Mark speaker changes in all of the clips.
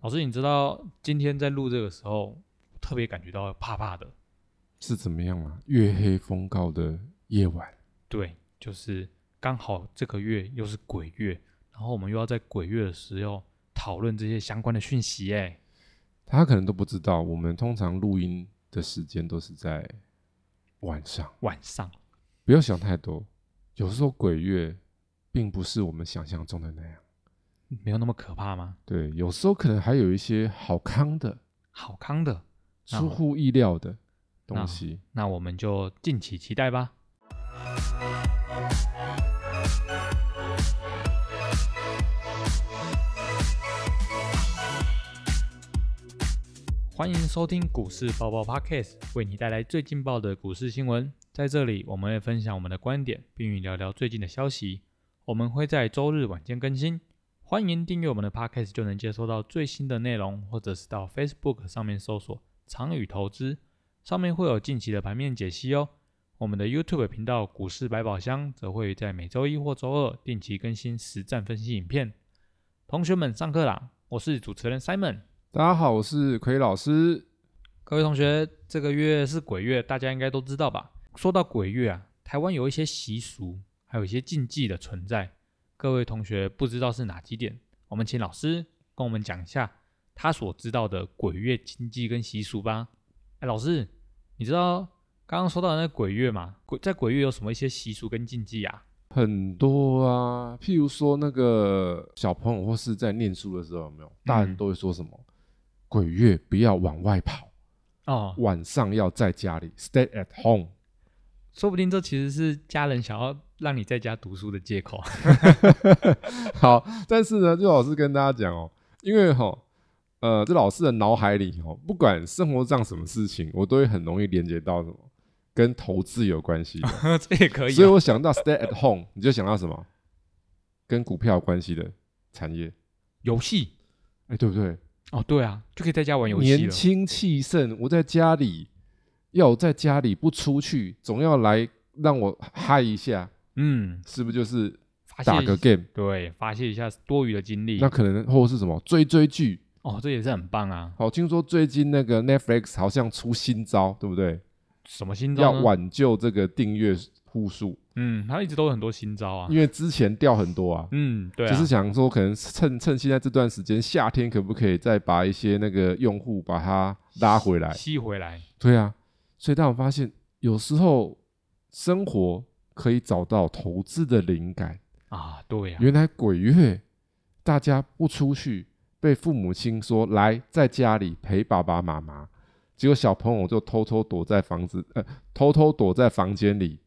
Speaker 1: 老师，你知道今天在录这个时候，特别感觉到怕怕的。
Speaker 2: 是怎么样啊？月黑风高的夜晚，
Speaker 1: 对，就是刚好这个月又是鬼月，然后我们又要在鬼月的时候讨论这些相关的讯息。哎，
Speaker 2: 大家可能都不知道，我们通常录音的时间都是在晚上。
Speaker 1: 晚上
Speaker 2: 不要想太多，有时候鬼月并不是我们想象中的那样。
Speaker 1: 没有那么可怕吗？
Speaker 2: 对，有时候可能还有一些好康的、
Speaker 1: 好康的，那
Speaker 2: 出乎意料的
Speaker 1: 那
Speaker 2: 东西。
Speaker 1: 那我们就敬请期待吧。欢迎收听股市爆爆 Podcast，为你带来最劲爆的股市新闻。在这里，我们会分享我们的观点，并与你聊聊最近的消息。我们会在周日晚间更新，欢迎订阅我们的 Podcast，就能接收到最新的内容，或者是到 Facebook 上面搜索“长宇投资”，上面会有近期的盘面解析哦。我们的 YouTube 频道“股市百宝箱”则会在每周一或周二定期更新实战分析影片。同学们，上课啦！我是主持人 Simon。
Speaker 2: 大家好，我是奎老师。
Speaker 1: 各位同学，这个月是鬼月，大家应该都知道吧？说到鬼月啊，台湾有一些习俗，还有一些禁忌的存在。各位同学不知道是哪几点，我们请老师跟我们讲一下他所知道的鬼月禁忌跟习俗吧。哎，老师，你知道刚刚说到的那鬼月嘛？鬼在鬼月有什么一些习俗跟禁忌啊？
Speaker 2: 很多啊，譬如说那个小朋友或是在念书的时候，有没有大
Speaker 1: 嗯
Speaker 2: 人都会说什么？鬼月不要往外跑，
Speaker 1: 哦，
Speaker 2: 晚上要在家里，stay at home。
Speaker 1: 说不定这其实是家人想要让你在家读书的借口。
Speaker 2: 好，但是呢，就老师跟大家讲哦，因为哈、呃，这老师的脑海里哦，不管生活上什么事情，我都会很容易连接到什么跟投资有关系的。
Speaker 1: 这也 可以、
Speaker 2: 所以
Speaker 1: 哦，
Speaker 2: 我想到 stay at home，你就想到什么？跟股票有关系的产业，
Speaker 1: 游戏
Speaker 2: 哎、对不对？
Speaker 1: 哦，对啊，就可以在家玩游戏
Speaker 2: 年
Speaker 1: 了。
Speaker 2: 轻气盛，我在家里，要我在家里不出去，总要来让我嗨一下，
Speaker 1: 嗯，
Speaker 2: 是不是？就是
Speaker 1: 发泄
Speaker 2: 打
Speaker 1: 一
Speaker 2: 个 game，
Speaker 1: 对，发泄一下多余的精力
Speaker 2: 那。可能或者是什么追追剧。
Speaker 1: 哦，这也是很棒啊！
Speaker 2: 好，听说最近那个 Netflix 好像出新招，对不对？
Speaker 1: 什么新
Speaker 2: 要
Speaker 1: 招呢？
Speaker 2: 挽救这个订阅户数，
Speaker 1: 嗯，他一直都有很多新招啊
Speaker 2: 因。为之前掉很多啊。
Speaker 1: 嗯，对啊，
Speaker 2: 就是想说，可能趁趁现在这段时间，夏天可不可以再把一些那个用户把它拉回来？
Speaker 1: 吸回来。
Speaker 2: 对啊，所以当我发现有时候生活可以找到投资的灵感。
Speaker 1: 啊，对呀、
Speaker 2: 原来鬼月大家不出去，被父母亲说来在家里陪爸爸妈妈，结果小朋友就偷偷躲在房子，呃，偷偷躲在房间里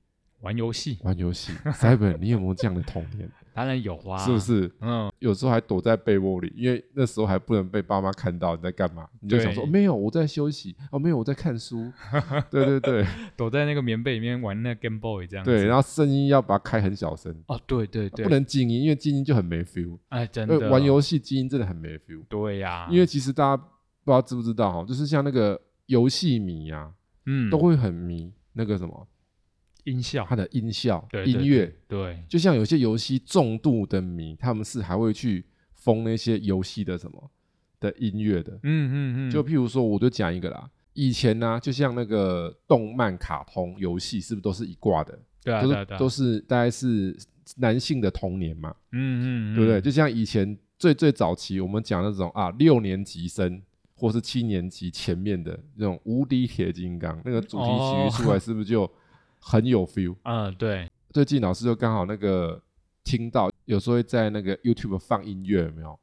Speaker 1: 玩游戏
Speaker 2: 玩 游戏。Seven，你有没有这样的童年？
Speaker 1: 当然有啊，
Speaker 2: 是不？是？
Speaker 1: 嗯，
Speaker 2: 有时候还躲在被窝里，因为那时候还不能被爸妈看到你在干嘛，你就想说、
Speaker 1: 对
Speaker 2: 哦没有，我在休息，哦没有，我在看书， 对对对
Speaker 1: 躲在那个棉被里面玩那 Game Boy 这样子。
Speaker 2: 对，然后声音要把它开很小声，
Speaker 1: 哦，对对对，
Speaker 2: 不能静音，因为静音就很没 feel，
Speaker 1: 哎，真
Speaker 2: 因
Speaker 1: 的
Speaker 2: 为玩游戏静音真的很没 feel，、
Speaker 1: 对呀、
Speaker 2: 因为其实大家不知道知不知道哈，就是像那个游戏迷啊，
Speaker 1: 嗯
Speaker 2: 都会很迷那个什么
Speaker 1: 音效，
Speaker 2: 它的音效、
Speaker 1: 对对
Speaker 2: 音乐，
Speaker 1: 对，
Speaker 2: 就像有些游戏重度的迷，他们是还会去封那些游戏的什么的音乐的。
Speaker 1: 嗯嗯嗯，
Speaker 2: 就譬如说，我就讲一个啦，以前呢、就像那个动漫、卡通、游戏，是不是都是一挂的？
Speaker 1: 对啊
Speaker 2: 都
Speaker 1: 对
Speaker 2: 是、
Speaker 1: 啊对啊，
Speaker 2: 都
Speaker 1: 是
Speaker 2: 是大概是男性的童年嘛，
Speaker 1: 嗯嗯，嗯
Speaker 2: 对不对？？就像以前最最早期，我们讲那种啊六年级生或是七年级前面的那种无敌铁金刚，那个主题曲
Speaker 1: 哦
Speaker 2: 一出来，是不是就很有 feel？、
Speaker 1: 嗯，对，
Speaker 2: 最近老师就刚好那个听到，有时候会在那个 YouTube 放音乐，有没有？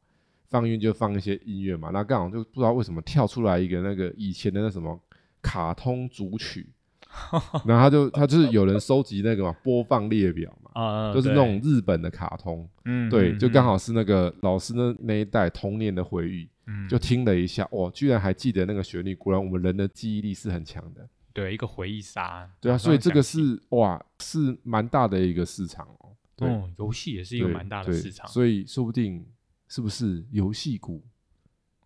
Speaker 2: 放音乐就放一些音乐嘛，那刚好就不知道为什么跳出来一个那个以前的那什么卡通组 曲，然后他就他就是有人收集那个嘛播放列表嘛，
Speaker 1: 啊、嗯
Speaker 2: 就是那种，日本的卡通，
Speaker 1: 嗯，
Speaker 2: 对，就刚
Speaker 1: 好，
Speaker 2: 好是那个老师那那一代童年的回忆，
Speaker 1: 嗯，
Speaker 2: 就听了一下，哇，居然还记得那个旋律，果然我们人的记忆力是很强的，
Speaker 1: 对一个回忆杀，
Speaker 2: 对啊，
Speaker 1: 马上
Speaker 2: 所以这个
Speaker 1: 想起
Speaker 2: 是哇是蛮大的一个市场哦，对。
Speaker 1: 嗯，游戏也是一个
Speaker 2: 对
Speaker 1: 蛮大的
Speaker 2: 对
Speaker 1: 市场，
Speaker 2: 所以说不定是不是游戏股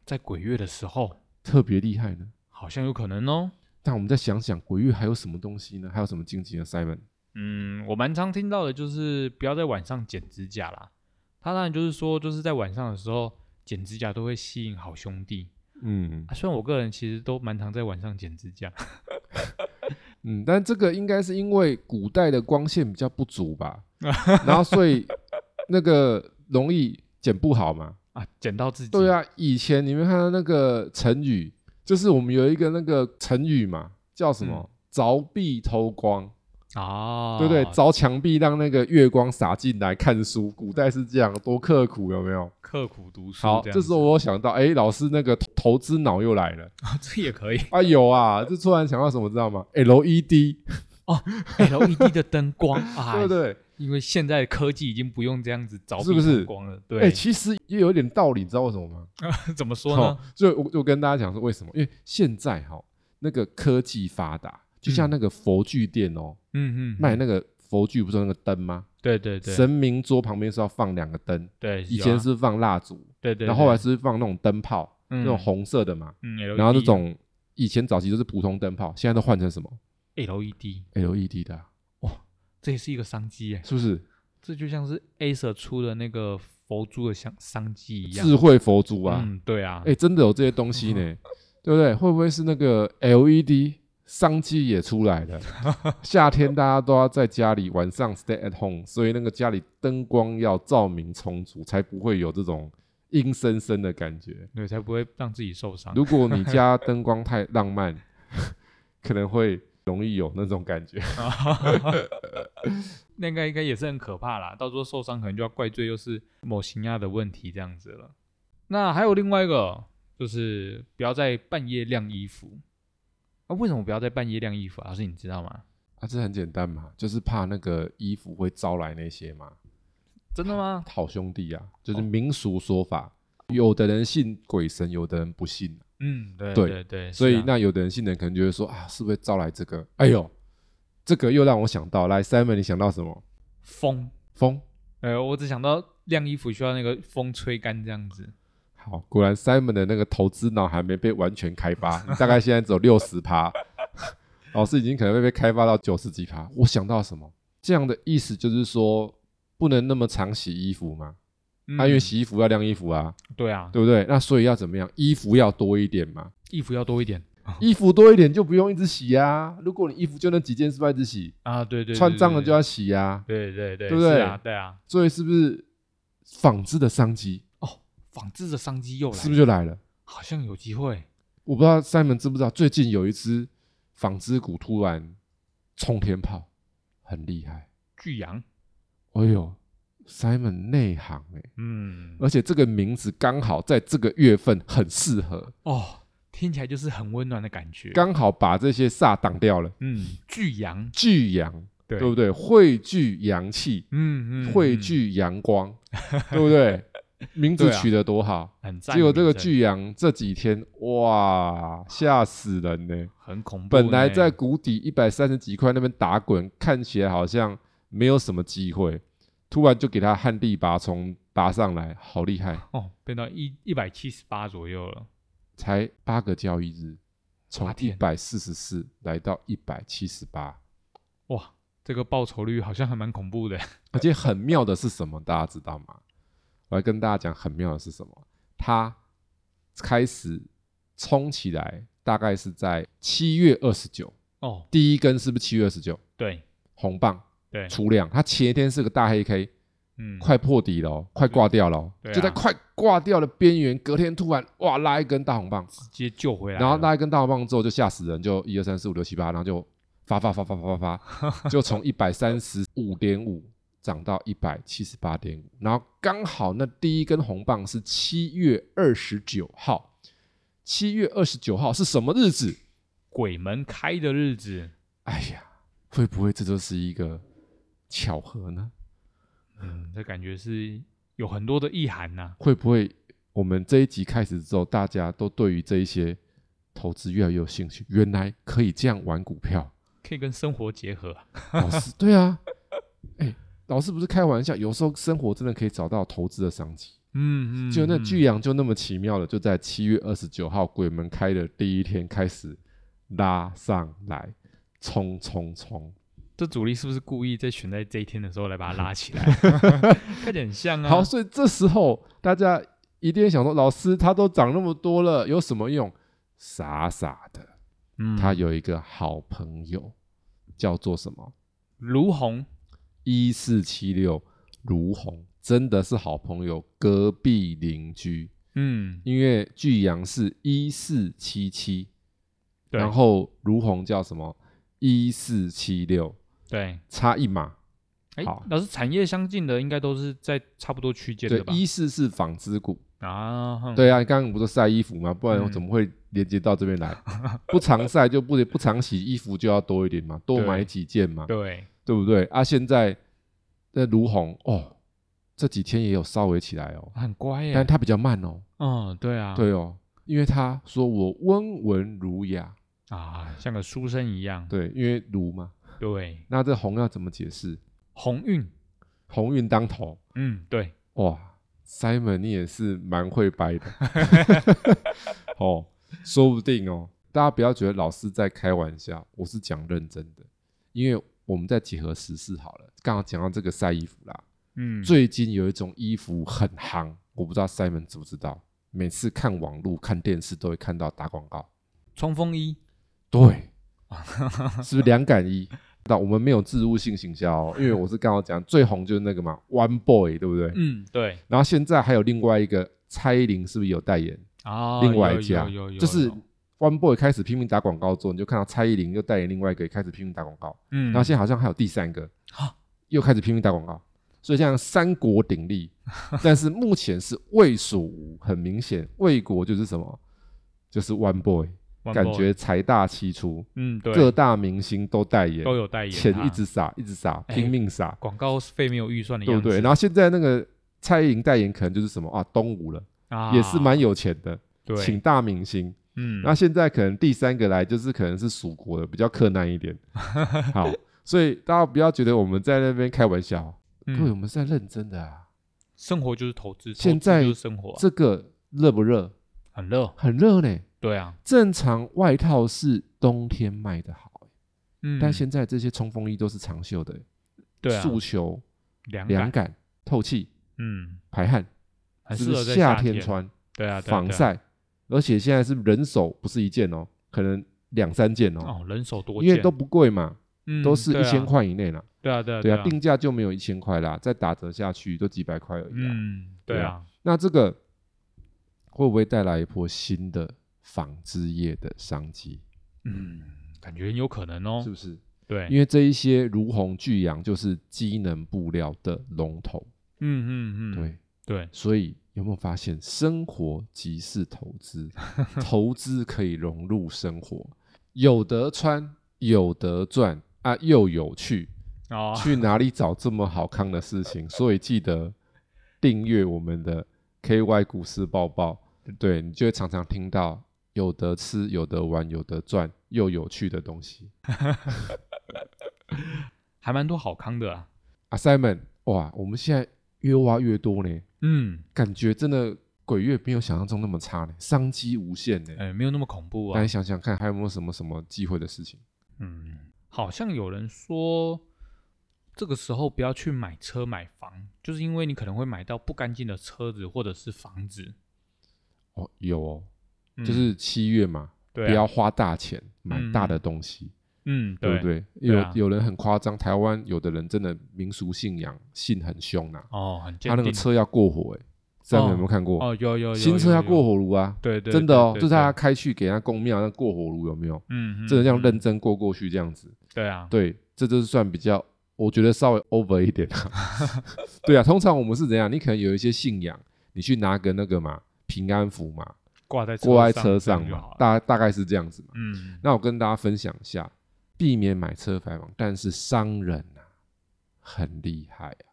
Speaker 1: 在鬼月的时候，
Speaker 2: 特别厉害呢？
Speaker 1: 好像有可能哦。
Speaker 2: 但我们再想想，鬼月还有什么东西呢？还有什么经济呢？Simon，
Speaker 1: 嗯，我蛮常听到的就是不要在晚上剪指甲啦。他当然就是说，就是在晚上的时候，剪指甲都会吸引好兄弟。
Speaker 2: 嗯
Speaker 1: 啊虽然我个人其实都蛮常在晚上剪指甲，
Speaker 2: 嗯，但这个应该是因为古代的光线比较不足 吧，然后所以那个容易剪不好嘛。
Speaker 1: 啊，剪到自己。
Speaker 2: 对，啊，以前你们看到那个成语，就是我们有一个那个成语嘛，叫什么？
Speaker 1: 嗯
Speaker 2: 凿壁偷光，
Speaker 1: 哦，
Speaker 2: 对不对？凿墙壁让那个月光洒进来看书，古代是这样，多刻苦，有没有？
Speaker 1: 刻苦读书。
Speaker 2: 好，
Speaker 1: 这
Speaker 2: 这
Speaker 1: 样
Speaker 2: 时候
Speaker 1: 子
Speaker 2: 我想到，哎，老师那个投投资脑又来了
Speaker 1: 啊，这也可以。
Speaker 2: 啊，有啊，这突然想到什么，知道吗？LED，E
Speaker 1: LED E 的灯 光啊，
Speaker 2: 对不对？
Speaker 1: 因为现在科技已经不用这样子凿
Speaker 2: 是不是
Speaker 1: 壁光了？
Speaker 2: 哎、
Speaker 1: 对，
Speaker 2: 其实也有一点道理，你知道为什么吗？
Speaker 1: 怎么说呢？
Speaker 2: 所以我就跟大家讲说为什么，因为现在哈、那个科技发达，就
Speaker 1: 嗯
Speaker 2: 像那个佛具店哦，
Speaker 1: 嗯嗯，
Speaker 2: 卖那个佛具不是有那个灯吗？
Speaker 1: 对对对
Speaker 2: 神明桌旁边是要放两个灯，
Speaker 1: 对，
Speaker 2: 以
Speaker 1: 有
Speaker 2: 前
Speaker 1: 啊
Speaker 2: 是放蜡烛，
Speaker 1: 对对，
Speaker 2: 然后后来是放那种灯泡，
Speaker 1: 那
Speaker 2: 那种红色的嘛，
Speaker 1: 嗯 LED，
Speaker 2: 然后那种以前早期都是普通灯泡，现在都换成什么
Speaker 1: LED，
Speaker 2: LED 的啊、
Speaker 1: E 这也是一个商机耶，
Speaker 2: 是不是？
Speaker 1: 这就像是 Acer 出的那个佛珠的商商机一样。
Speaker 2: 智慧佛珠啊，
Speaker 1: 嗯，对啊
Speaker 2: 哎、，真的有这些东西呢，对不对？会不会是那个 LED 商机也出来了？夏天大家都要在家里晚上 stay at home，所以那个家里灯光要照明充足，才不会有这种阴森森的感觉。
Speaker 1: 对，才不会让自己受伤。
Speaker 2: 如果你家灯光太浪漫， 可能会容易有那种感觉。
Speaker 1: 那个应该也是很可怕啦，到时候受伤可能就要怪罪又是某型亚的问题这样子了。那还有另外一个就是不要在半夜晾衣服啊？为什么不要在半夜晾衣服啊？老师你知道吗？
Speaker 2: 啊，这很简单嘛，就是怕那个衣服会招来那些嘛。
Speaker 1: 真的吗？
Speaker 2: 好兄弟啊，就是
Speaker 1: 哦
Speaker 2: 民俗说法，有的人信鬼神，有的人不信。
Speaker 1: 嗯，对
Speaker 2: 对
Speaker 1: 对对，
Speaker 2: 所以、
Speaker 1: 是啊
Speaker 2: 那有的人信的人可能就会说啊，是不是招来这个？哎呦，这个又让我想到，来，Simon，你想到什么？
Speaker 1: 风，
Speaker 2: 风。
Speaker 1: 呃，我只想到晾衣服需要那个风吹干这样子。
Speaker 2: 好，果然 Simon 的那个投资脑还没被完全开发，你大概现在只有六十趴， 老师已经可能会被开发到九十几趴。我想到什么？这样的意思就是说，不能那么常洗衣服嘛，
Speaker 1: 嗯
Speaker 2: 啊、因为洗衣服要晾衣服啊，
Speaker 1: 对啊，
Speaker 2: 对不对？那所以要怎么样？衣服要多一点嘛，
Speaker 1: 衣服要多一点
Speaker 2: 衣服多一点就不用一直洗啊。如果你衣服就那几件，是不是要一直洗？
Speaker 1: 啊，对对
Speaker 2: 穿脏了就要
Speaker 1: 洗。
Speaker 2: 洗啊。
Speaker 1: 对对对，
Speaker 2: 对不对
Speaker 1: 是啊，对啊，
Speaker 2: 所以是不是纺织的商机
Speaker 1: 纺织的商机又来了，
Speaker 2: 是不是就来了？
Speaker 1: 好像有机会？
Speaker 2: 我不知道 Simon 知不知道，最近有一只纺织股突然冲天炮，很厉害。
Speaker 1: 巨阳，
Speaker 2: 哎呦，Simon 内行哎、
Speaker 1: 嗯，
Speaker 2: 而且这个名字刚好在这个月份很适合，
Speaker 1: 哦，听起来就是很温暖的感觉。
Speaker 2: 刚好把这些煞挡掉了。
Speaker 1: 嗯，巨阳，
Speaker 2: 聚阳，
Speaker 1: 对
Speaker 2: 对不对？汇聚阳气，
Speaker 1: 嗯嗯，
Speaker 2: 汇
Speaker 1: 嗯，
Speaker 2: 聚阳光，对不对？名字
Speaker 1: 对啊
Speaker 2: 取得多好。
Speaker 1: 很赞。
Speaker 2: 结果这个巨阳这几天，哇，吓死人呢、
Speaker 1: 很恐怖呢，
Speaker 2: 本来在谷底一百三十几块那边打滚，看起来好像没有什么机会，突然就给他旱地拔葱拔上来，好厉害！
Speaker 1: 哦，变到一一百七十八左右了，
Speaker 2: 才八个交易日，从
Speaker 1: 哇
Speaker 2: 一
Speaker 1: 天
Speaker 2: 百四十四来到一百七十八，
Speaker 1: 哇，这个报酬率好像还蛮恐怖的。
Speaker 2: 而且很妙的是什么？大家知道吗？我来跟大家讲，很妙的是什么？它开始冲起来，大概是在七月二十九，
Speaker 1: 哦，
Speaker 2: 第一根是不是七月二十九？
Speaker 1: 对
Speaker 2: 红棒
Speaker 1: 对，
Speaker 2: 出量，它前一天是个大黑 K，
Speaker 1: 嗯，
Speaker 2: 快破底了哦，快挂掉了哦，
Speaker 1: 对啊
Speaker 2: 就在快挂掉的边缘，隔天突然哇拉一根大红棒，
Speaker 1: 直接救回来了，
Speaker 2: 然后拉一根大红棒之后就吓死人，就一二三四五六七八，然后就发发发发发发发，就从一百三十五点五涨到一百七十八点五，然后刚好那第一根红棒是七月二十九号，七月二十九号是什么日子？
Speaker 1: 鬼门开的日子，
Speaker 2: 哎呀，会不会这就是一个巧合呢？
Speaker 1: 嗯，这感觉是有很多的意涵呐。
Speaker 2: 会不会我们这一集开始之后，大家都对于这一些投资越来越有兴趣？原来可以这样玩股票，
Speaker 1: 可以跟生活结合啊，
Speaker 2: 老师，对啊，哎、老师不是开玩笑，有时候生活真的可以找到投资的商机。
Speaker 1: 嗯嗯，
Speaker 2: 就那
Speaker 1: 嗯
Speaker 2: 巨阳就那么奇妙的，就在七月二十九号鬼门开的第一天开始拉上来，冲冲冲！
Speaker 1: 这主力是不是故意在选在 这一天的时候来把它拉起来？看起来很像啊。
Speaker 2: 好，所以这时候大家一定会想说，老师他都长那么多了，有什么用？傻傻的，
Speaker 1: 嗯，
Speaker 2: 他有一个好朋友，叫做什么？
Speaker 1: 卢红，
Speaker 2: 一四七六如虹，真的是好朋友，隔壁邻居。
Speaker 1: 嗯，
Speaker 2: 因为巨阳是一四七七，
Speaker 1: 对
Speaker 2: 然后如虹叫什么？一四七六，
Speaker 1: 对，
Speaker 2: 差一码。
Speaker 1: 哎
Speaker 2: 好，
Speaker 1: 老师产业相近的应该都是在差不多区间
Speaker 2: 对
Speaker 1: 的，吧？
Speaker 2: 一四是纺织股。
Speaker 1: 啊，哼，
Speaker 2: 对啊，刚刚不是晒衣服嘛，不然我
Speaker 1: 嗯
Speaker 2: 怎么会连接到这边来？ 不常晒就不不常洗，衣服就要多一点嘛，多
Speaker 1: 对
Speaker 2: 买几件嘛，
Speaker 1: 对，
Speaker 2: 对不对？啊，现在那如虹哦，这几天也有稍微起来哦，
Speaker 1: 很乖
Speaker 2: 但
Speaker 1: 耶，
Speaker 2: 它比较慢哦。
Speaker 1: 嗯，对哎啊，
Speaker 2: 对哦，因为他说我温文儒雅，
Speaker 1: 啊，像个书生一样，
Speaker 2: 对，因为儒嘛。
Speaker 1: 对，
Speaker 2: 那这红要怎么解释？
Speaker 1: 鸿运，
Speaker 2: 鸿运当头，
Speaker 1: 嗯，对，
Speaker 2: 哇，Simon 你也是蛮会掰的，哦，说不定哦，大家不要觉得老师在开玩笑，我是讲认真的，因为我们再结合时事好了，刚好讲到这个晒衣服啦，
Speaker 1: 嗯，
Speaker 2: 最近有一种衣服很夯，我不知道 Simon 知不知道，每次看网络、看电视都会看到打广告，
Speaker 1: 冲锋衣，
Speaker 2: 对， 是不是两感一？那我们没有植入性行销、哦，因为我是刚好讲最红就是那个嘛，One Boy，对不对？
Speaker 1: 嗯，对，
Speaker 2: 然后现在还有另外一个蔡依林，是不是有代言？
Speaker 1: 啊，
Speaker 2: 另外
Speaker 1: 有
Speaker 2: 一家
Speaker 1: 有有有，
Speaker 2: 就是
Speaker 1: 有
Speaker 2: One Boy 开始拼命打广告之后，你就看到蔡依林又代言另外一个，也开始拼命打广告。
Speaker 1: 嗯，
Speaker 2: 然后现在好像还有第三个
Speaker 1: 啊，
Speaker 2: 又开始拼命打广告。所以这样三国鼎立， 但是目前是魏蜀吴，很明显魏国就是什么，就是 One Boy，
Speaker 1: One
Speaker 2: 感
Speaker 1: Boy，
Speaker 2: 觉财大气粗，
Speaker 1: 嗯，对，
Speaker 2: 各大明星都代言，
Speaker 1: 都有代言，
Speaker 2: 钱一直撒，一直撒，
Speaker 1: 哎
Speaker 2: 拼命撒，
Speaker 1: 广告费没有预算的
Speaker 2: 对
Speaker 1: 样
Speaker 2: 不
Speaker 1: 子，
Speaker 2: 对？然后现在那个蔡依林代言可能就是什么啊，东吴了，
Speaker 1: 啊，
Speaker 2: 也是蛮有钱的，
Speaker 1: 对，
Speaker 2: 请大明星。
Speaker 1: 嗯，
Speaker 2: 那现在可能第三个来就是可能是蜀国的，比较克难 一点。好，所以大家不要觉得我们在那边开玩笑，
Speaker 1: 嗯
Speaker 2: 各位我们是在认真的啊。
Speaker 1: 生活就是投资，投
Speaker 2: 现
Speaker 1: 资
Speaker 2: 在
Speaker 1: 就是生活啊，
Speaker 2: 这个热不热？
Speaker 1: 很热，
Speaker 2: 很热呢。
Speaker 1: 对啊，
Speaker 2: 正常外套是冬天卖的好，
Speaker 1: 嗯，
Speaker 2: 但现在这些冲锋衣都是长袖的，
Speaker 1: 对啊，
Speaker 2: 诉求
Speaker 1: 凉
Speaker 2: 凉
Speaker 1: 感，
Speaker 2: 感、透气、
Speaker 1: 嗯，
Speaker 2: 排汗，
Speaker 1: 很
Speaker 2: 是
Speaker 1: 适
Speaker 2: 不
Speaker 1: 合
Speaker 2: 是
Speaker 1: 在
Speaker 2: 夏
Speaker 1: 天
Speaker 2: 天，穿，
Speaker 1: 对啊，对啊
Speaker 2: 防，晒，而且现在是人手不是一件哦，可能两三件
Speaker 1: 对啊
Speaker 2: 哦，
Speaker 1: 哦，人手多
Speaker 2: 因为
Speaker 1: 见，
Speaker 2: 都不贵嘛，
Speaker 1: 嗯
Speaker 2: 都是
Speaker 1: 对
Speaker 2: 一
Speaker 1: 啊
Speaker 2: 千块以内啦。
Speaker 1: 对啊，对啊，
Speaker 2: 对
Speaker 1: 对
Speaker 2: 啊，定价就没有一千块啦，再打折下去都几百块而已啦。
Speaker 1: 嗯，对
Speaker 2: 对
Speaker 1: 啊，
Speaker 2: 那这个会不会带来一波新的纺织业的商机？
Speaker 1: 嗯，感觉很有可能哦
Speaker 2: 是，不是？
Speaker 1: 对，
Speaker 2: 因为这一些如虹巨阳就是机能布料的龙头，
Speaker 1: 嗯嗯嗯，
Speaker 2: 对，
Speaker 1: 对，
Speaker 2: 所以有没有发现生活即是投 资，投资可以融入生活，有得穿，有得赚啊，又有趣，
Speaker 1: 哦，
Speaker 2: 去哪里找这么好康的事情？所以记得订阅我们的 KY 股市报报，对你就会常常听到有得吃、有得玩、有得赚又有趣的东西。
Speaker 1: 还蛮多好康的啊，
Speaker 2: 啊，Simon，哇，我们现在越挖越多呢，
Speaker 1: 嗯，
Speaker 2: 感觉真的鬼月没有想象中那么差呢，商机无限呢。
Speaker 1: 哎，没有那么恐怖
Speaker 2: 大
Speaker 1: 啊
Speaker 2: 家，想想看，还有没有什么什么忌讳的事情？
Speaker 1: 嗯，好像有人说。这个时候不要去买车买房，就是因为你可能会买到不干净的车子或者是房子，
Speaker 2: 哦，有哦，
Speaker 1: 嗯
Speaker 2: 就是七月嘛，
Speaker 1: 对啊
Speaker 2: 不要花大钱买
Speaker 1: 嗯
Speaker 2: 大的东西。
Speaker 1: 嗯，
Speaker 2: 对不
Speaker 1: 对？
Speaker 2: 对？
Speaker 1: 对
Speaker 2: 有、
Speaker 1: 啊
Speaker 2: 有人很夸张，台湾有的人真的民俗信仰信很凶呐、
Speaker 1: 哦，很
Speaker 2: 他
Speaker 1: 坚
Speaker 2: 那个
Speaker 1: 定。
Speaker 2: 车要过火、欸，哎，这样有没有看过？
Speaker 1: 哦，有有有
Speaker 2: 新车要过
Speaker 1: 火，
Speaker 2: 火炉啊，
Speaker 1: 对对，
Speaker 2: 真的哦，
Speaker 1: 对
Speaker 2: 就是
Speaker 1: 对
Speaker 2: 他，
Speaker 1: 对
Speaker 2: 开去给人家供庙那过火炉有没有？
Speaker 1: 嗯，嗯
Speaker 2: 真的这样，认
Speaker 1: 嗯
Speaker 2: 真过过去这样子，
Speaker 1: 对啊，
Speaker 2: 对，这就是算比较，我觉得稍微 over 一点啊。 对啊，通常我们是怎样？你可能有一些信仰，你去拿个那个嘛平安符嘛，
Speaker 1: 挂在
Speaker 2: 挂在
Speaker 1: 上
Speaker 2: 车
Speaker 1: 这样
Speaker 2: 上
Speaker 1: 就
Speaker 2: 嘛
Speaker 1: 好，了。
Speaker 2: 大大概是这样子嘛。
Speaker 1: 嗯，
Speaker 2: 那我跟大家分享一下，避免买车买房，但是商人啊很厉害啊，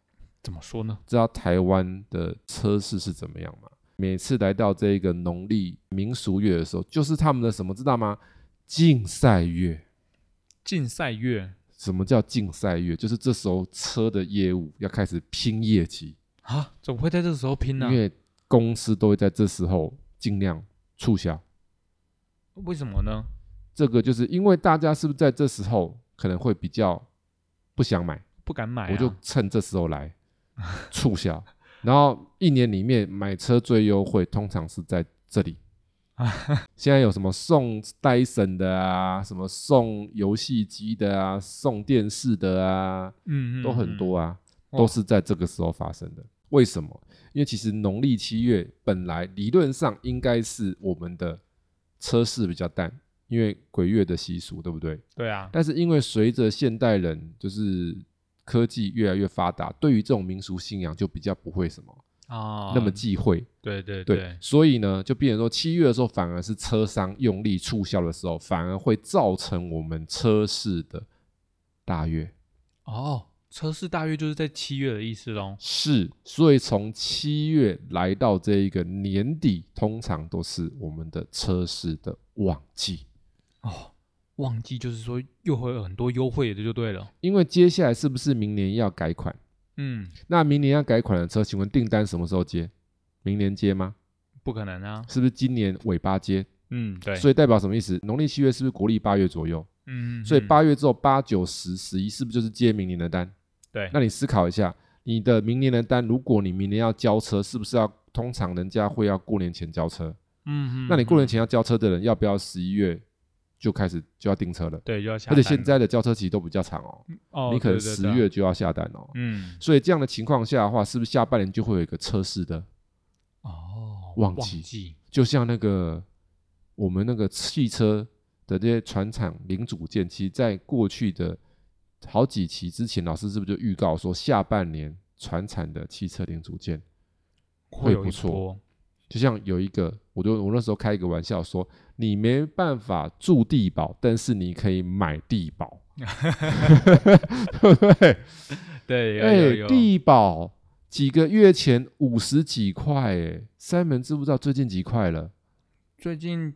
Speaker 1: 怎么说呢？
Speaker 2: 知道台湾的车市是怎么样吗？每次来到这个农历民俗月的时候，就是他们的什么知道吗？竞赛月。
Speaker 1: 竞赛月
Speaker 2: 什么叫竞赛月？就是这时候车的业务要开始拼业绩，
Speaker 1: 啊，怎么会在这个时候拼呢
Speaker 2: 因？为公司都会在这时候尽量促销。
Speaker 1: 为什么呢？
Speaker 2: 这个就是因为大家是不是在这时候可能会比较不想买，
Speaker 1: 不敢买啊，
Speaker 2: 我就趁这时候来 促销，然后一年里面买车最优惠，通常是在这 里。现在有什么送戴森的啊，什么送游戏机的啊，送电视的啊，
Speaker 1: 嗯，嗯
Speaker 2: 都很，多啊，
Speaker 1: 嗯
Speaker 2: 都是在这个时候发生的。为什么？因为其实农历七月本来理论上应该是我们的车市比较淡，因为鬼月的习俗，对不对？
Speaker 1: 嗯对啊，
Speaker 2: 但是因为随着现代人就是科技越来越发达，对于这种民俗信仰就比较不会什么、
Speaker 1: 啊，
Speaker 2: 那么忌讳，
Speaker 1: 对对
Speaker 2: 对，所以呢，就变成说七月的时候反而是车商用力促销的时候，反而会造成我们车市的大月
Speaker 1: 哦，车市大约就是在七月的意思喽。
Speaker 2: 是，所以从七月来到这一个年底，通常都是我们的车市的旺季。
Speaker 1: 哦，旺季就是说又会有很多优惠的，就对了。
Speaker 2: 因为接下来是不是明年要改款？
Speaker 1: 嗯，
Speaker 2: 那明年要改款的车，请问订单什么时候接？明年接吗？
Speaker 1: 不可能啊。
Speaker 2: 是不是今年尾巴接？
Speaker 1: 嗯，对。
Speaker 2: 所以代表什么意思？农历七月是不是国历八月左右？
Speaker 1: 嗯，嗯
Speaker 2: 所以
Speaker 1: 嗯
Speaker 2: 八月之后，八九十十一是不是就是接明年的单？
Speaker 1: 对，
Speaker 2: 那你思考一下，你的明年的单，如果你明年要交车，是不是要通常人家会要过年前交车？
Speaker 1: 嗯，嗯
Speaker 2: 那你过年
Speaker 1: 嗯
Speaker 2: 前要交车的人，要不要十一月就开始就要订车了？
Speaker 1: 对就要下
Speaker 2: 而
Speaker 1: 单
Speaker 2: 且
Speaker 1: 了，
Speaker 2: 现在的交车期都比较长哦，
Speaker 1: 哦，
Speaker 2: 你可能
Speaker 1: 对
Speaker 2: 十，
Speaker 1: 对对
Speaker 2: 月就要下单哦。
Speaker 1: 嗯，
Speaker 2: 所以这样的情况下的话，是不是下半年就会有一个车市的？
Speaker 1: 哦，
Speaker 2: 旺
Speaker 1: 旺
Speaker 2: 季
Speaker 1: 季，
Speaker 2: 就像那个我们那个汽车的这些船厂零组件，其实在过去的好几期之前，老师是不是就预告说下半年船产的汽车零组件？会
Speaker 1: 有
Speaker 2: 不
Speaker 1: 一
Speaker 2: 错
Speaker 1: 波，
Speaker 2: 就像有一个，我就我那时候开一个玩笑说，你没办法住地堡，但是你可以买地堡，对不对？
Speaker 1: 对，有有
Speaker 2: 哎，
Speaker 1: 有
Speaker 2: 地堡几个月前五十几块，哎，三门知不知道最近几块了？
Speaker 1: 最近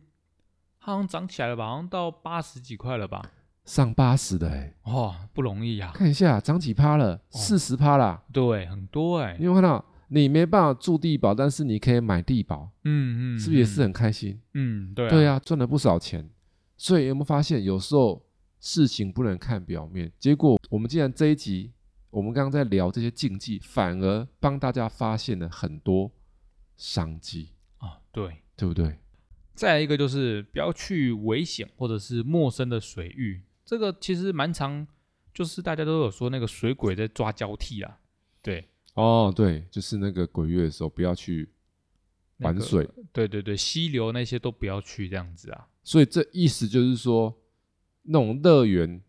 Speaker 1: 好像涨起来了吧，好像到八十几块了吧？
Speaker 2: 上八十的哎，
Speaker 1: 哦，不容易呀、
Speaker 2: 看一下涨几趴
Speaker 1: 哦
Speaker 2: 了，四十趴啦。
Speaker 1: 对，很多哎、
Speaker 2: 你有没有看到，你没办法住地堡，但是你可以买地堡，
Speaker 1: 嗯嗯，
Speaker 2: 是不是
Speaker 1: 嗯
Speaker 2: 也是？很开心？
Speaker 1: 嗯，对、啊，
Speaker 2: 对啊，赚了不少钱。所以有没有发现，有时候事情不能看表面？结果我们竟然这一集，我们刚刚在聊这些禁忌，反而帮大家发现了很多商机，
Speaker 1: 啊，对。
Speaker 2: 对不对？
Speaker 1: 再来一个就是不要去危险或者是陌生的水域，这个其实蛮常，就是大家都有说那个水鬼在抓交替啊，对，
Speaker 2: 哦，对，就是那个鬼月的时候，不要去
Speaker 1: 那
Speaker 2: 玩
Speaker 1: 个
Speaker 2: 水。
Speaker 1: 对对对，溪流那些都不要去这样子啊，
Speaker 2: 所以这意思就是说，那种乐园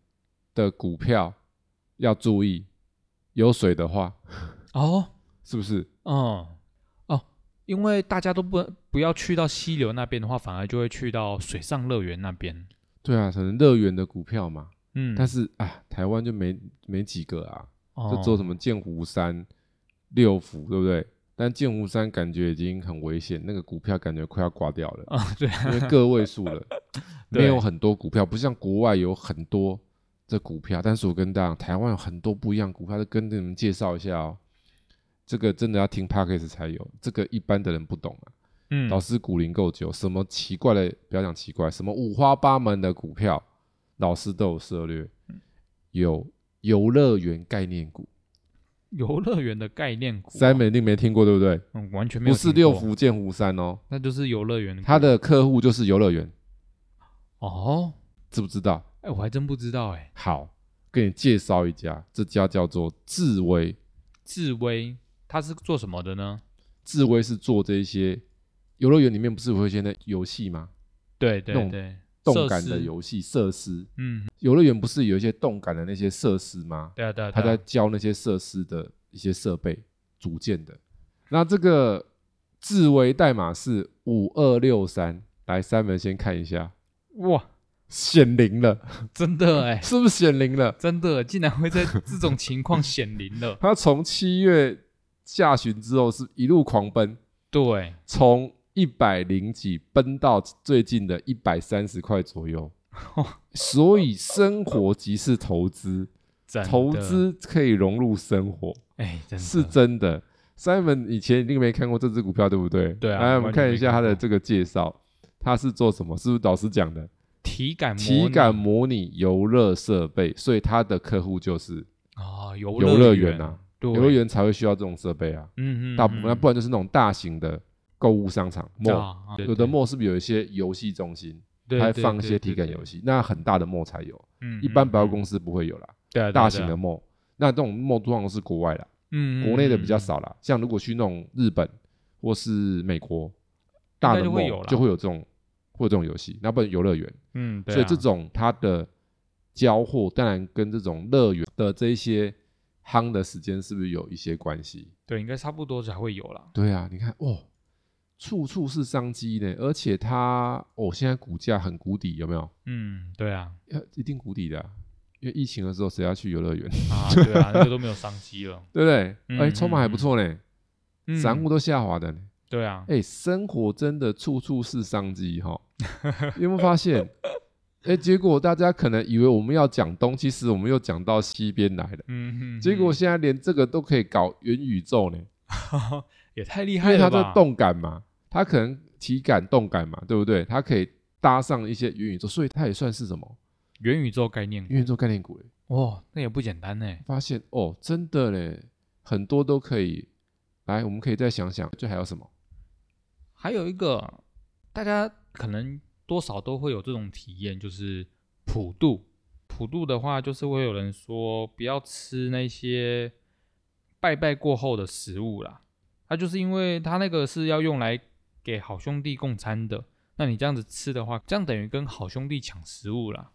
Speaker 2: 的股票要注意，有水的话，
Speaker 1: 哦，
Speaker 2: 是不是？
Speaker 1: 嗯，哦，因为大家都不不要去到溪流那边的话，反而就会去到水上乐园那边，
Speaker 2: 对啊，可能乐园的股票嘛，
Speaker 1: 嗯，
Speaker 2: 但是啊，台湾就没没几个啊，就
Speaker 1: 哦
Speaker 2: 做什么剑湖山、六福，对不对？但剑湖山感觉已经很危险，那个股票感觉快要挂掉了，
Speaker 1: 啊、 对啊，
Speaker 2: 因为个位数 了，
Speaker 1: 对
Speaker 2: 没有很多股票，不像国外有很多这股票。但是我跟大家讲，台湾有很多不一样的股票，就跟你们介绍一下哦。这个真的要听 p a c k a g e 才有，这个一般的人不懂啊。
Speaker 1: 嗯，
Speaker 2: 老师股龄够久，什么奇怪的，不要讲奇怪，什么五花八门的股票，老师都有涉略。
Speaker 1: 嗯
Speaker 2: 有游乐园概念股，
Speaker 1: 游乐园的概念股、啊
Speaker 2: 三美一定没听过，对不对？
Speaker 1: 嗯，完全没
Speaker 2: 不
Speaker 1: 有
Speaker 2: 是
Speaker 1: 听
Speaker 2: 六
Speaker 1: 过，嗯
Speaker 2: 福建湖山哦，
Speaker 1: 那就是游乐园股
Speaker 2: 他的客户就是游乐园，
Speaker 1: 哦，
Speaker 2: 知不知道？
Speaker 1: 哎，我还真不知道哎，
Speaker 2: 好，给你介绍一家，这家叫做智威，
Speaker 1: 智威它是做什么的呢？
Speaker 2: 智威是做这些游乐园里面不是会有一些那游戏吗？
Speaker 1: 对对
Speaker 2: 那种
Speaker 1: 对，
Speaker 2: 动感
Speaker 1: 设
Speaker 2: 的
Speaker 1: 施，
Speaker 2: 游戏设施，
Speaker 1: 嗯，
Speaker 2: 游乐园不是有一些动感的那些设施吗？
Speaker 1: 对啊对啊，
Speaker 2: 他
Speaker 1: 对
Speaker 2: 在
Speaker 1: 啊
Speaker 2: 教那些设施的一些设备组件的。那这个智威代码是五二六三，来三门先看一下，
Speaker 1: 哇，
Speaker 2: 显灵了，
Speaker 1: 真的哎，
Speaker 2: 是不是显灵了？
Speaker 1: 真的竟然会在这种情况显灵 了，
Speaker 2: 它从七月下旬之后是一路狂奔，
Speaker 1: 对，
Speaker 2: 从一百零几奔到最近的一百三十块左右。
Speaker 1: 哦
Speaker 2: 所以生活即是投资，
Speaker 1: 真的
Speaker 2: 投资可以融入生活。
Speaker 1: 哎，真的
Speaker 2: 是真的。Simon 以前一定没看过这只股票，对不对？
Speaker 1: 对啊
Speaker 2: 来，我们
Speaker 1: 完全
Speaker 2: 看一
Speaker 1: 没
Speaker 2: 下
Speaker 1: 看
Speaker 2: 它
Speaker 1: 过
Speaker 2: 的这个介绍，它是做什么？是不是导师讲的？
Speaker 1: 体感模
Speaker 2: 体
Speaker 1: 拟
Speaker 2: 感模拟游乐设备，所以它的客户就是
Speaker 1: 啊，游
Speaker 2: 游
Speaker 1: 乐
Speaker 2: 乐园啊。
Speaker 1: 对，
Speaker 2: 游乐园才会需要这种设备啊。
Speaker 1: 嗯嗯，
Speaker 2: 大部分，那
Speaker 1: 嗯
Speaker 2: 不然就是那种大型的购物商场 mall，
Speaker 1: 啊啊对
Speaker 2: 有的
Speaker 1: 对
Speaker 2: mall 是不是有一些游戏中心，
Speaker 1: 对
Speaker 2: 它会
Speaker 1: 对
Speaker 2: 放一
Speaker 1: 对
Speaker 2: 些
Speaker 1: 对
Speaker 2: 体感
Speaker 1: 对
Speaker 2: 游戏，那很大的 mall 才有，
Speaker 1: 嗯
Speaker 2: 一般百货
Speaker 1: 嗯
Speaker 2: 公司不会有啦。
Speaker 1: 对啊对啊
Speaker 2: 大
Speaker 1: 对
Speaker 2: 型
Speaker 1: 啊
Speaker 2: 的 mall，那这种 mall 通常都是国外啦，
Speaker 1: 嗯，
Speaker 2: 国内的比较
Speaker 1: 嗯，
Speaker 2: 少啦。像如果去那种日本或是美国，大
Speaker 1: 应
Speaker 2: 的
Speaker 1: 该就会有
Speaker 2: mall
Speaker 1: 啦
Speaker 2: 就会有这种会有这种游戏，那不然游乐园。
Speaker 1: 嗯，嗯对
Speaker 2: 所以
Speaker 1: 啊
Speaker 2: 这种它的交互，当然跟这种乐园的这一些夯的时间是不是有一些关系？
Speaker 1: 对应该差不多才会有啦。
Speaker 2: 对啊，你看哦，处处是商机呢，而且它哦，现在股价很谷底，有没有？
Speaker 1: 嗯，对啊，
Speaker 2: 呃，一定谷底的啊、因为疫情的时候谁要去游乐园，
Speaker 1: 啊，对啊，那个都没有商机了。
Speaker 2: 对不对？哎、
Speaker 1: 嗯
Speaker 2: 筹码还不错呢，
Speaker 1: 嗯
Speaker 2: 散户都下滑的呢。
Speaker 1: 对啊，
Speaker 2: 哎、生活真的处处是商机哈，有没有发现？哎、结果大家可能以为我们要讲东，其实我们又讲到西边来了。
Speaker 1: 嗯，嗯
Speaker 2: 结果现在连这个都可以搞元宇宙呢，
Speaker 1: 嗯 也太厉
Speaker 2: 因
Speaker 1: 害
Speaker 2: 为
Speaker 1: 了
Speaker 2: 它
Speaker 1: 吧？
Speaker 2: 这动感嘛，它可能体感动感嘛，对不对？它可以搭上一些元宇宙，所以它也算是什么
Speaker 1: 元宇宙概念股，
Speaker 2: 元宇宙概念股嘞。
Speaker 1: 哦，那也不简单呢。
Speaker 2: 发现哦，真的嘞，很多都可以。来，我们可以再想想，这还有什么？
Speaker 1: 还有一个，大家可能多少都会有这种体验，就是普渡。普渡的话，就是会有人说不要吃那些拜拜过后的食物啦。它就是因为它那个是要用来给好兄弟供餐的，那你这样子吃的话，这样等于跟好兄弟抢食物啦。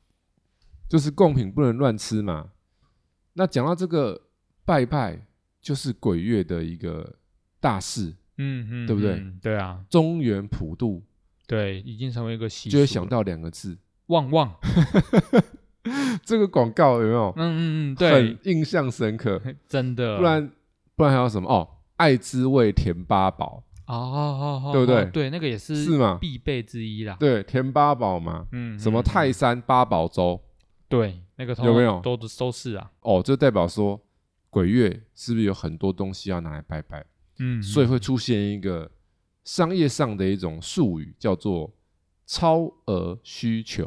Speaker 2: 就是贡品不能乱吃嘛。那讲到这个拜拜，就是鬼月的一个大事，
Speaker 1: 嗯嗯，
Speaker 2: 对不对
Speaker 1: 嗯对啊，
Speaker 2: 中原普渡，
Speaker 1: 对，已经成为一个习俗
Speaker 2: 就
Speaker 1: 了。
Speaker 2: 会想到两个字，
Speaker 1: 旺旺，
Speaker 2: 这个广告有没有？
Speaker 1: 嗯嗯嗯，
Speaker 2: 很
Speaker 1: 对，
Speaker 2: 印象深刻。
Speaker 1: 真的，
Speaker 2: 不然不然还有什么哦？爱之味甜八宝
Speaker 1: 哦哦哦，
Speaker 2: 对不对
Speaker 1: 哦对，那个也是
Speaker 2: 是吗？
Speaker 1: 必备之一啦。
Speaker 2: 对，甜八宝嘛，
Speaker 1: 嗯，嗯，
Speaker 2: 什么泰
Speaker 1: 嗯
Speaker 2: 山八宝粥
Speaker 1: 对那个通
Speaker 2: 有没
Speaker 1: 通
Speaker 2: 有
Speaker 1: 都是都是啊，
Speaker 2: 哦，就代表说鬼月是不是有很多东西要拿来拜拜，
Speaker 1: 嗯，
Speaker 2: 所以
Speaker 1: 嗯
Speaker 2: 会出现一个商业上的一种术语，叫做超额需求，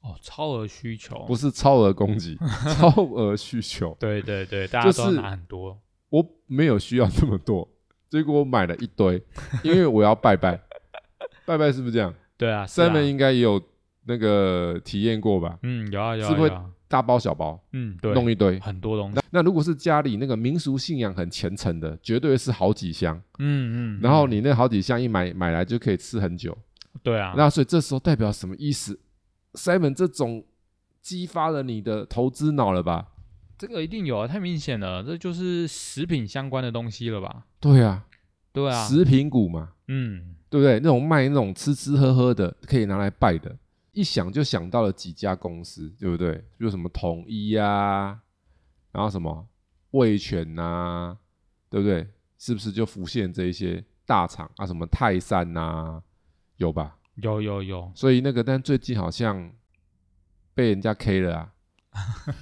Speaker 1: 哦超额需求
Speaker 2: 不，是超额 供给，超额需求。
Speaker 1: 对对对，大
Speaker 2: 就
Speaker 1: 家都要
Speaker 2: 是
Speaker 1: 拿很多，
Speaker 2: 我没有需要这么多，结果我买了一堆，因为我要拜拜， 拜拜是不是这样？
Speaker 1: 对啊，是啊
Speaker 2: 三门应该也有那个体验过吧？
Speaker 1: 嗯有啊有
Speaker 2: 是
Speaker 1: 啊
Speaker 2: 会
Speaker 1: 有啊，
Speaker 2: 大包小包
Speaker 1: 嗯对，
Speaker 2: 弄一堆。
Speaker 1: 很多东西
Speaker 2: 那，那如果是家里那个民俗信仰很虔诚的，绝对是好几箱。
Speaker 1: 嗯嗯，
Speaker 2: 然后
Speaker 1: 嗯
Speaker 2: 你那好几箱一买买来就可以吃很久。
Speaker 1: 对啊，
Speaker 2: 那所以这时候代表什么意思？Simon 这种激发了你的投资脑了吧？
Speaker 1: 这个一定有啊，太明显了，这就是食品相关的东西了吧？
Speaker 2: 对啊，
Speaker 1: 对啊，
Speaker 2: 食品股嘛，
Speaker 1: 嗯
Speaker 2: 对不对？那种卖那种吃吃喝喝的，可以拿来拜的，一想就想到了几家公司，对不对？比如什么统一呀、然后什么味全呐、对不对？是不是就浮现这一些大厂啊？什么泰山呐、有吧？
Speaker 1: 有有有，
Speaker 2: 所以那个，但最近好像被人家 K 了啊。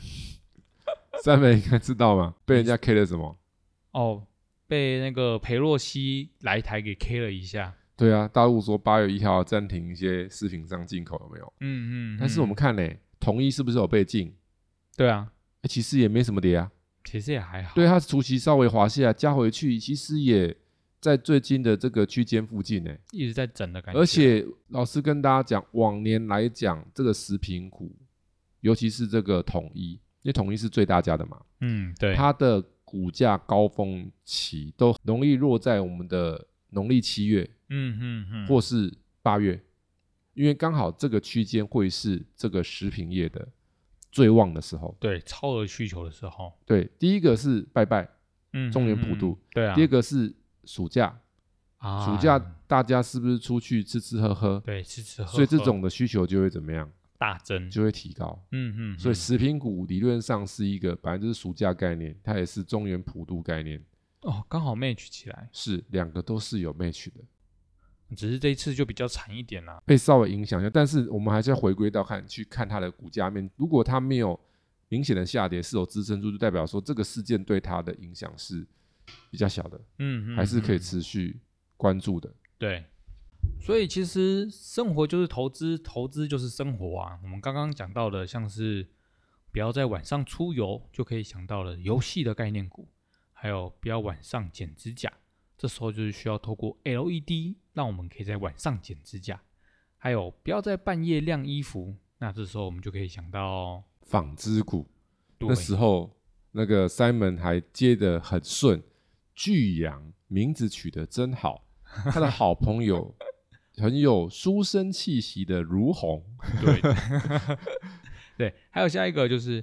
Speaker 2: 三妹应该知道嘛？被人家 K 了什么？
Speaker 1: 哦，被那个裴洛西来台给 K 了一下。
Speaker 2: 对啊，大陆说八月一号要暂停一些食品上进口，有没有？
Speaker 1: 嗯嗯，
Speaker 2: 但是我
Speaker 1: 嗯
Speaker 2: 们看呢、统一是不是有被禁？
Speaker 1: 对啊，
Speaker 2: 欸其实也没什么跌啊。
Speaker 1: 其实也还好。
Speaker 2: 对，啊它除夕稍微滑下加回去，其实也在最近的这个区间附近呢、
Speaker 1: 一直在整的感觉。
Speaker 2: 而且老师跟大家讲，往年来讲，这个食品股，尤其是这个统一，因为统一是最大家的嘛。
Speaker 1: 嗯，对，
Speaker 2: 它的股价高峰期都容易落在我们的农历七月
Speaker 1: 嗯嗯嗯，
Speaker 2: 或是八月，因为刚好这个区间会是这个食品业的最旺的时候。
Speaker 1: 对超额需求的时候，
Speaker 2: 对，第一个是拜拜，
Speaker 1: 嗯，
Speaker 2: 中
Speaker 1: 嗯
Speaker 2: 原普渡，
Speaker 1: 嗯对啊，
Speaker 2: 第二个是暑假，
Speaker 1: 啊，
Speaker 2: 暑假大家是不是出去吃吃喝喝？
Speaker 1: 对吃吃喝喝，
Speaker 2: 所以这种的需求就会怎么样？
Speaker 1: 大增，
Speaker 2: 就会提高。
Speaker 1: 嗯嗯，
Speaker 2: 所以
Speaker 1: 嗯
Speaker 2: 食品股理论上是一个，本来就是暑假概念，它也是中原普渡概念，
Speaker 1: 哦刚好 match 起来，
Speaker 2: 是两个都是有 match 的。
Speaker 1: 只是这一次就比较惨一点啦。
Speaker 2: 被稍微影响一下，但是我们还是要回归到看去看它的股价面。如果它没有明显的下跌，是有支撑住，就代表说这个事件对它的影响是比较小的，
Speaker 1: 嗯，嗯
Speaker 2: 还是可以
Speaker 1: 嗯
Speaker 2: 持续关注的。
Speaker 1: 对。所以其实生活就是投资，投资就是生活啊。我们刚刚讲到的，像是不要在晚上出游，就可以想到了游戏的概念股，还有不要晚上剪指甲。这时候就是需要透过 LED 让我们可以在晚上剪指甲，还有不要在半夜晾衣服。那这时候我们就可以想到，
Speaker 2: 纺织股
Speaker 1: 对
Speaker 2: 那时候那个 Simon 还接得很顺，巨阳名字取得真好，他的好 朋友很有书生气息的如虹，
Speaker 1: 对对，还有下一个就是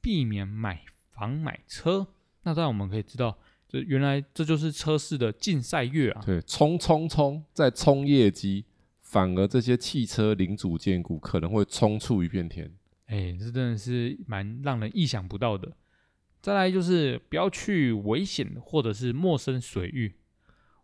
Speaker 1: 避免买房买车。那当然我们可以知道，这原来这就是车市的竞赛月啊。
Speaker 2: 对，冲冲冲，在冲业绩，反而这些汽车零组件股可能会冲出一片天。
Speaker 1: 哎，这真的是蛮让人意想不到的。再来就是不要去危险或者是陌生水域。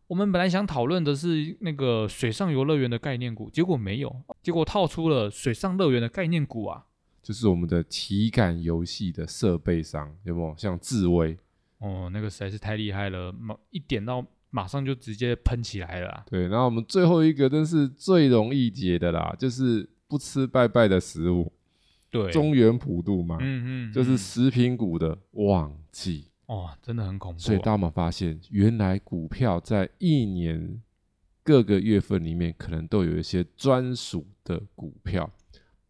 Speaker 1: 我们本来想讨论的是那个水上游乐园的概念股，结果没有，结果套出了水上乐园的概念股啊。
Speaker 2: 就是我们的体感游戏的设备商，有没有像智威？
Speaker 1: 哦，那个实在是太厉害了，马一点到马上就直接喷起来了啊、
Speaker 2: 对，然后我们最后一个真是最容易解的啦，就是不吃拜拜的食物，
Speaker 1: 对，
Speaker 2: 中原普渡嘛，
Speaker 1: 嗯嗯，
Speaker 2: 啊就是
Speaker 1: 嗯
Speaker 2: 食品股的旺季。
Speaker 1: 哦，真的很恐怖、啊。
Speaker 2: 所以当我们发现，原来股票在一年各个月份里面，可能都有一些专属的股票，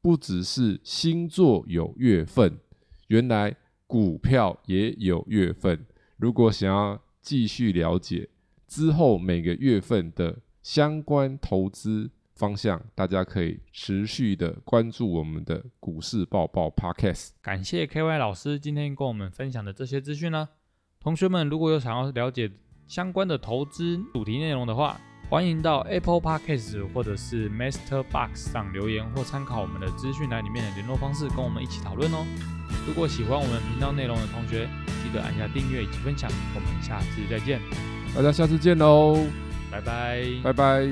Speaker 2: 不只是星座有月份，原来股票也有月份。如果想要继续了解之后每个月份的相关投资方向，大家可以持续的关注我们的股市报报 Podcast。
Speaker 1: 感谢 KY 老师今天跟我们分享的这些资讯呢。同学们如果有想要了解相关的投资主题内容的话，欢迎到 Apple Podcast 或者是 Master Box 上留言或参考我们的资讯栏里面的联络方式，跟我们一起讨论哦。如果喜欢我们频道内容的同学，记得按下订阅以及分享。我们下次再见，
Speaker 2: 大家下次见喽，
Speaker 1: 拜拜。
Speaker 2: 拜拜。